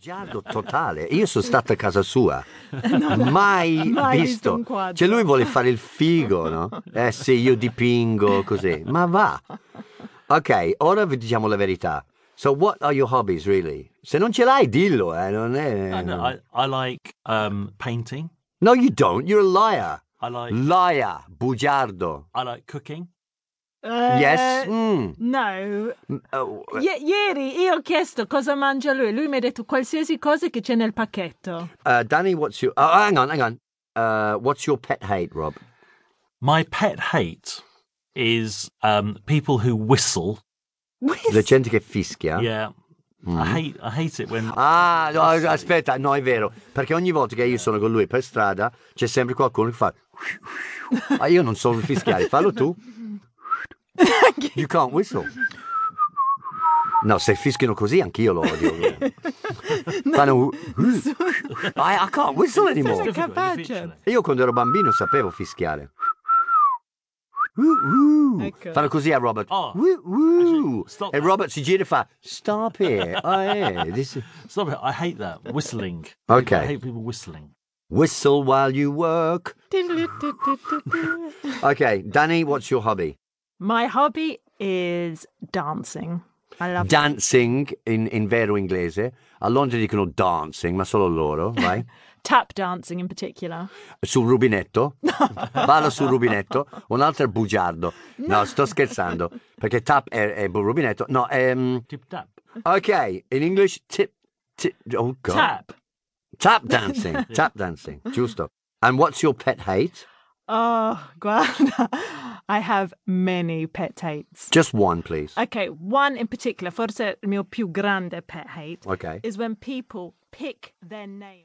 Giallo totale. Io sono stato a casa sua, mai, visto. cioè lui vuole fare il figo, no? Eh sì, io dipingo così. Ma va. Ok, ora vi diciamo la verità. So what are your hobbies really? Se non ce l'hai, dillo, eh, non è I, know, I, I like um, painting. No you don't. You're a liar. I like Mm. Liar, bugiardo. I like cooking. Eh, Yes. Mm. No. Oh, I- ieri io ho chiesto cosa mangia lui. Lui mi ha detto qualsiasi cosa che c'è nel pacchetto. Uh, Danny, what's your? Oh, hang on, hang on. Uh, what's your pet hate, Rob? My pet hate is um, people who whistle. La gente che fischia. Yeah, I hate I hate it when Mm. Ah, no, aspetta, no, è vero. Perché ogni volta che io sono con lui per strada c'è sempre qualcuno che fa. Ma io non so fischiare, fallo tu. You can't whistle. No, se fischiano così anch'io lo odio. Fanno. I, I can't whistle It's anymore. difficult, you capace. feature it. Io quando ero bambino sapevo fischiare. Ecco. Fanno così a Robert. Oh. Woo, woo. stop E that. Robert si gira e fa: Stop it. Ah, eh, this is- Stop it! I hate that whistling. Okay. I hate people whistling. Whistle while you work. Okay, Danny, what's your hobby? My hobby is dancing. I love Dancing in, in vero inglese. A Londra dicono dancing, ma solo loro, vai. tap dancing in particular. Sul rubinetto. Ballo sul rubinetto. Un altro è bugiardo. No, sto scherzando. Perché tap è, è bu- rubinetto. No, ehm, Tip tap. ok, in English tip, tip, oh god. Tap. Tap dancing, tap dancing, giusto. And what's your pet hate? Oh, guarda. I have many pet hates. Just one, please. Okay, one in particular, forse il mio più grande pet hate Okay. is when people pick their nails.